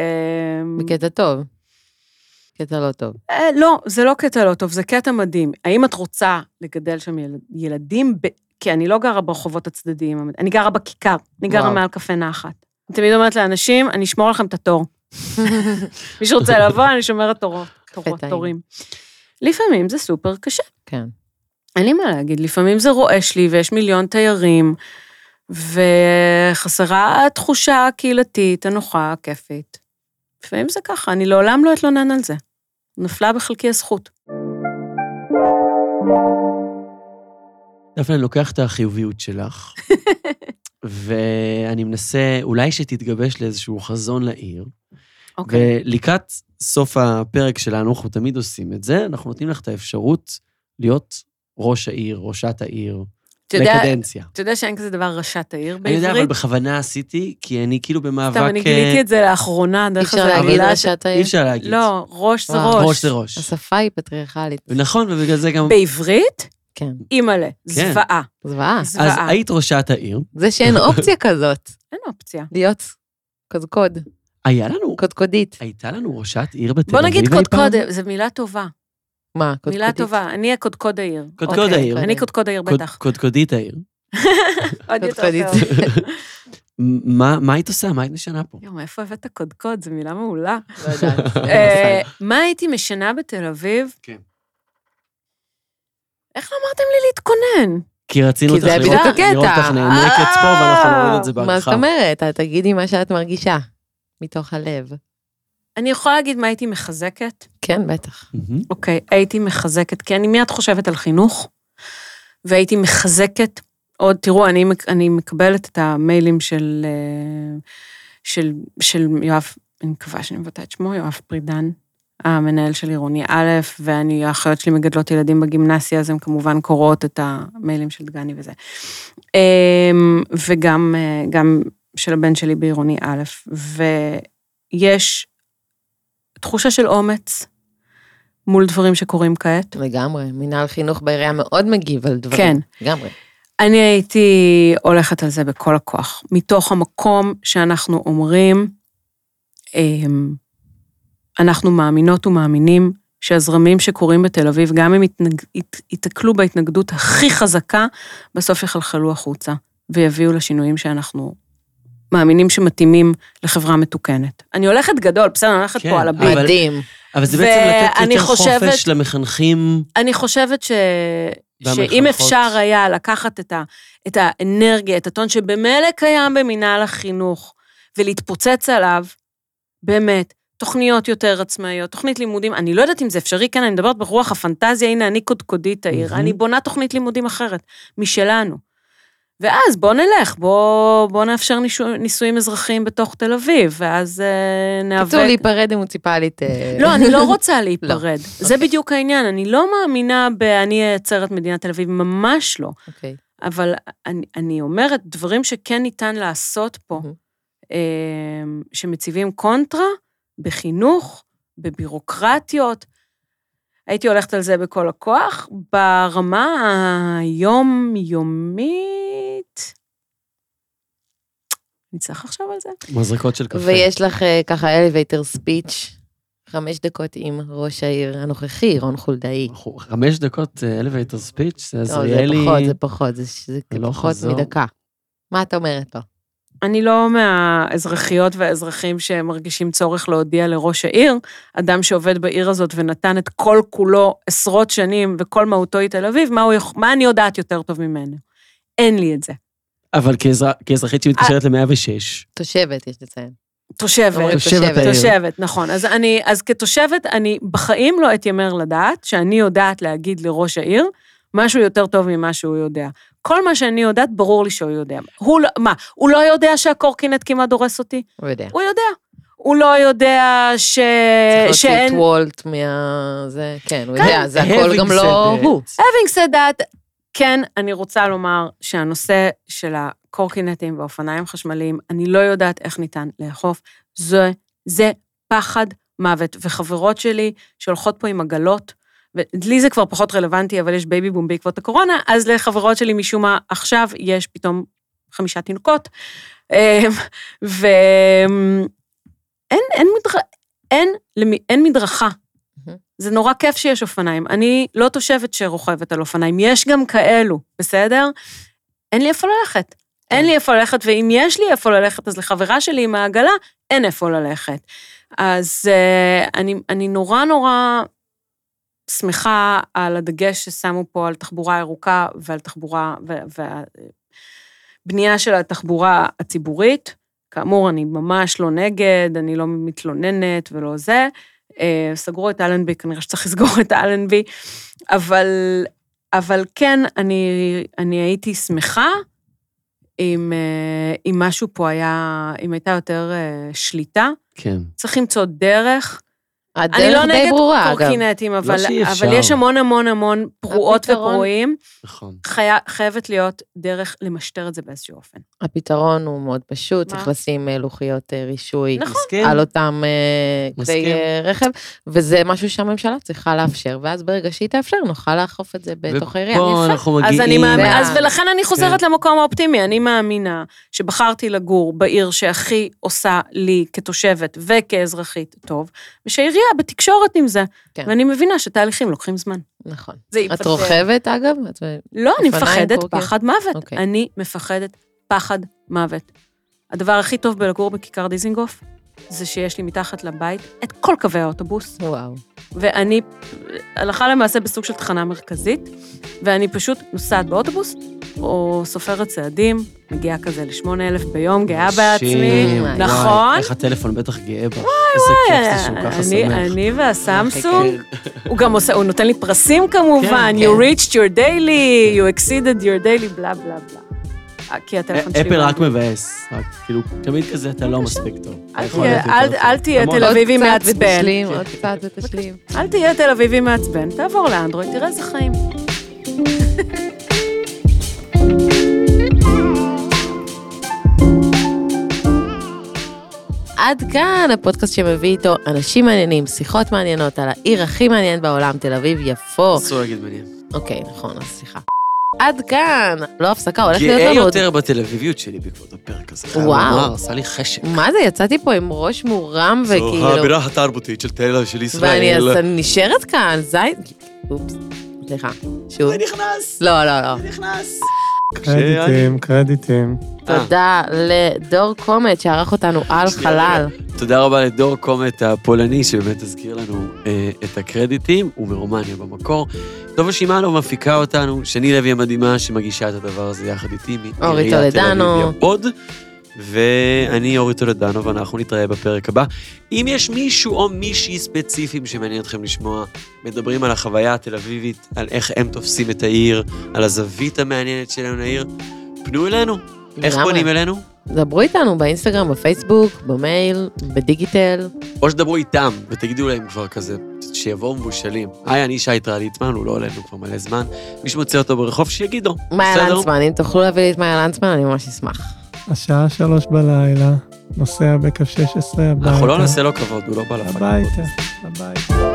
אמ, בקטע טוב. קטע לא טוב. אה, לא, זה לא קטע לא טוב, זה קטע מדהים. האם את רוצה לגדל שם יל- ילדים? ב... כי אני לא גרה ברחובות הצדדיים, אני גרה בכיכר, אני גרה וואו. מעל קפה נחת. אני תמיד אומרת לאנשים, אני אשמור לכם *laughs* את התור. מי שרוצה לבוא, אני שומרת תורות, תורות, קטעים. תורים. לפעמים זה סופר קשה, כן. אין לי מה להגיד, לפעמים זה רועש לי ויש מיליון תיירים, וחסרה התחושה הקהילתית, הנוחה, הכיפית. לפעמים זה ככה, אני לעולם לא אתלונן על זה. נפלה בחלקי הזכות. דפנה, אני לוקח את החיוביות *laughs* שלך, ואני מנסה אולי שתתגבש לאיזשהו חזון לעיר. אוקיי. ולקראת סוף הפרק שלנו, אנחנו תמיד עושים את זה, אנחנו נותנים לך את האפשרות להיות ראש העיר, ראשת העיר, אתה יודע- לקדנציה. אתה יודע שאין כזה דבר ראשת העיר אני בעברית? יודע, אבל בכוונה עשיתי, כי אני כאילו במאבק... סתם, אני אה, גיליתי את זה לאחרונה, אי דרך אפשר איזה להגיד עלילה ש... ראשת אי העיר. אפשר להגיד. לא, ראש זה וואו. ראש. אה, ראש זה ראש. השפה היא פטריארכלית. נכון, ובגלל זה גם... בעברית? כן. אימא'לה, זוועה. זוועה. אז זוועה. היית ראשת העיר, זה שאין אופציה כזאת, אין אופציה. להיות קודקוד, היה לנו... קודקודית. הייתה לנו ראשת עיר בתל אביב בוא נגיד אי פעם? קודקוד, זו מילה טובה. מה, קודקודית? מילה טובה. אני הקודקוד העיר. קודקוד אוקיי, העיר. אני קודקוד העיר קוד- בטח. קודקודית העיר. עוד יותר קודקודית. טוב. מה מה היית עושה? מה היית משנה פה? *laughs* יואו, מאיפה הבאת קודקוד? זו מילה מעולה. *laughs* לא יודעת. אין לי אה, מושג. מה הייתי משנה בתל אביב? כן. איך לא אמרתם לי להתכונן? כי רצינו כי אותך זה היה לראות בדיוק הקטע. לראות אותך נאנקת פה, ואנחנו נוריד את זה אה, מה זאת בעריכה. אומרת? את תגידי מה שאת מרגישה, מתוך הלב. אני יכולה להגיד מה הייתי מחזקת? כן, בטח. מהמם. אוקיי, הייתי מחזקת, כי אני מיד חושבת על חינוך, והייתי מחזקת עוד, תראו, אני, מק- אני מקבלת את המיילים של, אה, של, של יואב, אני מקווה שאני מבטאה את שמו, יואב פרידן, המנהל של עירוני א', ואני, האחיות שלי מגדלות ילדים בגימנסיה, אז הן כמובן קוראות את המיילים של דגני וזה. אמ, וגם אה, גם של הבן שלי בעירוני א', ויש תחושה של אומץ מול דברים שקורים כעת. לגמרי. מינהל חינוך בעירייה מאוד מגיב על דברים. כן. לגמרי. אני הייתי הולכת על זה בכל הכוח, מתוך המקום שאנחנו אומרים, אמ, אנחנו מאמינות ומאמינים שהזרמים שקורים בתל אביב, גם אם יתנג- ית- ייתקלו בהתנגדות הכי חזקה, בסוף יחלחלו החוצה ויביאו לשינויים שאנחנו מאמינים שמתאימים לחברה מתוקנת. אני הולכת גדול, בסדר, אני הולכת כן, פה על הביט. אבל- מדהים. אבל זה בעצם לתת ואני יותר חושבת- חופש למחנכים. אני חושבת ש... והמחנכות. שאם אפשר היה לקחת את, ה... את האנרגיה, את הטון שבמילא קיים במינהל החינוך, ולהתפוצץ עליו, באמת, תוכניות יותר עצמאיות, תוכנית לימודים, אני לא יודעת אם זה אפשרי, כן, אני מדברת ברוח הפנטזיה, הנה, אני קודקודית העיר, מהמם. אני בונה תוכנית לימודים אחרת, משלנו. ואז בוא נלך, בוא, בוא נאפשר נישו, נישואים אזרחיים בתוך תל אביב, ואז אה, ניאבק. קיצור, להיפרד מוניציפלית. אה, לא, *laughs* אני לא רוצה להיפרד. זה בדיוק העניין, אני לא מאמינה ב... אני אייצר את מדינת תל אביב, ממש לא. אוקיי. אבל אני, אני אומרת, דברים שכן ניתן לעשות פה, מהמם. אמ, שמציבים קונטרה, בחינוך, בבירוקרטיות. הייתי הולכת על זה בכל הכוח. ברמה היומיומית... אני צריך לחשוב על זה? מזריקות של קפה. ויש לך אה, ככה elevator speech, חמש דקות עם ראש העיר הנוכחי, רון חולדאי. אנחנו- חמש דקות אה, אלווייטר ספיץ', זה לא, זה עזריאלי. פחות, זה פחות, זה ש- זה הלוך פחות לא חזור. מדקה. מה את אומרת לו? אני לא מהאזרחיות והאזרחים שמרגישים צורך להודיע לראש העיר, אדם שעובד בעיר הזאת ונתן את כל כולו עשרות שנים וכל מהותו היא תל אביב, מה, הוא יכול, מה אני יודעת יותר טוב ממנו? אין לי את זה. אבל כאזר- כאזרחית שמתקשרת אה- כן. ל-106, תושבת, יש לציין. אומרים תושבת, תושבת העיר. תושבת, נכון. אז, אני, אז כתושבת, אני בחיים לא אתיימר לדעת שאני יודעת להגיד לראש העיר משהו יותר טוב ממה שהוא יודע. כל מה שאני יודעת, ברור לי שהוא יודע. הוא, לא- מה, הוא לא יודע שהקורקינט כמעט דורס אותי? הוא יודע. הוא יודע. הוא לא יודע ש... צריך להוציא את אה, שאין... וולט מה... זה, כן, הוא כן. אה, יודע, זה הכל Having גם said לא that. הוא. Having said that, כן, אני רוצה לומר שהנושא של הקורקינטים והאופניים חשמליים, אני לא יודעת איך ניתן לאכוף. זה, זה פחד מוות. וחברות שלי שהולכות פה עם עגלות, ולי זה כבר פחות רלוונטי, אבל יש בייבי בום בעקבות הקורונה, אז לחברות שלי משום מה עכשיו יש פתאום חמישה תינוקות. אמ, ו... אין, אין, מדרכה, אין, למי- אין מדרכה. Mhm. זה נורא כיף שיש אופניים. אני לא תושבת שרוכבת על אופניים, יש גם כאלו, בסדר? אין לי איפה ללכת. אין לי איפה ללכת, ואם יש לי איפה ללכת, אז לחברה שלי עם העגלה אין איפה ללכת. אז אה, אני, אני נורא נורא שמחה על הדגש ששמו פה על תחבורה ירוקה ועל תחבורה, והבנייה של התחבורה הציבורית. כאמור, אני ממש לא נגד, אני לא מתלוננת ולא זה. אה, סגרו את אלנבי, כנראה שצריך לסגור את אלנבי, אבל, אבל כן, אני, אני הייתי שמחה אם, אה, אם משהו פה היה, אם הייתה יותר אה, שליטה. כן. צריך למצוא דרך. אני הדרך לא די נגד ברורה, אגב. קורקינטים, אבל, שאי אפשר. אבל יש המון המון המון פרועות הפתרון- ופרועים. נכון. חיה, חייבת להיות דרך למשטר את זה באיזשהו אופן. הפתרון הוא מאוד פשוט, מה? צריך לשים אה, לוחיות אה, לא, רישוי נכון. מסכים? על אותם אה, מסכים. כלי אה, רכב, וזה משהו שהממשלה צריכה לאפשר, ואז ברגע שהיא תאפשר, נוכל לאכוף את זה בתוך העירייה. ופה יפה. אנחנו מגיעים... אז אני זה מאמינה, ה- אז ולכן אני כן. חוזרת למקום האופטימי. אני מאמינה שבחרתי לגור בעיר שהכי עושה לי כתושבת וכאזרחית טוב, ושהעירייה בתקשורת עם זה. כן. ואני מבינה שתהליכים לוקחים זמן. נכון. זה את ייפתר. רוכבת, אגב? את- לא, אני אופניים, מפחדת קורקינט. פחד מוות. אוקיי. אני מפחדת פחד מוות. הדבר הכי טוב בלגור בכיכר דיזינגוף, זה שיש לי מתחת לבית את כל קווי האוטובוס. וואו. ואני הלכה למעשה בסוג של תחנה מרכזית, ואני פשוט נוסעת באוטובוס, או סופרת צעדים, מגיעה כזה לשמונה אלף ביום, גאה בעצמי. נשים, וואי, נכון? איך הטלפון בטח גאה בך. איזה כיף זה שהוא ככה אני- שמח. אני והסמסונג, כן. הוא גם עושה, הוא נותן לי פרסים כמובן, כן, you כן. reached your daily, you exceeded your daily, בלה בלה בלה. אה, נכון, כי הטלפון שלי... אפל הוא- רק מבאס, רק כאילו, תמיד כזה אתה לא מספיק טוב. אתה אל יכול תהיה- להביא אל- יותר אל טוב. תהיה המון. תל עוד אביב עם קצת מעצבן. ותשלים, עוד קצת ותשלים. אל תהיה תל אביבי מעצבן, תעבור לאנדרואיד, תראה איזה חיים. עד כאן הפודקאסט שמביא איתו אנשים מעניינים, שיחות מעניינות על העיר הכי מעניינת בעולם, תל אביב יפו. אסור להגיד מעניין. אוקיי, נכון, אז סליחה. עד כאן, לא הפסקה, הולך להיות גאה לנו עוד... יותר בתל אביביות שלי בעקבות הפרק הזה. חייב וואו. לומר, עשה לי חשק. מה זה, יצאתי פה עם ראש מורם וכאילו... התרבותית של תל אביב של ואני אז אני נשארת כאן, זית... אופס, סליחה. שוב. נכנס, לא, לא, לא. נכנס. קרדיטים, קרדיטים. תודה לדור קומט שערך אותנו על שנייה, חלל. תודה רבה לדור קומט הפולני, שבאמת הזכיר לנו אה, את הקרדיטים, הוא מרומניה במקור. טובה שמאלו מפיקה אותנו, שני לוי המדהימה שמגישה את הדבר הזה יחד איתי, אורי מעיריית תל אביב טולדנו. יפוד. ואני אורי טולדנו, ואנחנו נתראה בפרק הבא. אם יש מישהו או מישהי ספציפיים שמעניין אתכם לשמוע, מדברים על החוויה התל אביבית, על איך הם תופסים את העיר, על הזווית המעניינת שלהם לעיר, פנו אלינו. איך לגמרי. פונים אלינו? דברו איתנו באינסטגרם, בפייסבוק, במייל, בדיגיטל. או שדברו איתם ותגידו להם כבר כזה, שיבואו מבושלים. היי, אני שי טרל ליטמן, הוא לא עלינו כבר מלא זמן. מי שמוצא אותו ברחוב, שיגידו. מאיה בסדר? לנצמן, אם תוכלו להביא לי את מאיה לנצמן, אני ממש אשמח. השעה שלוש בלילה, נוסע בקו 16 הביתה. אנחנו לא נעשה לו כבוד, הוא לא בא לפנים. הביתה, הביתה.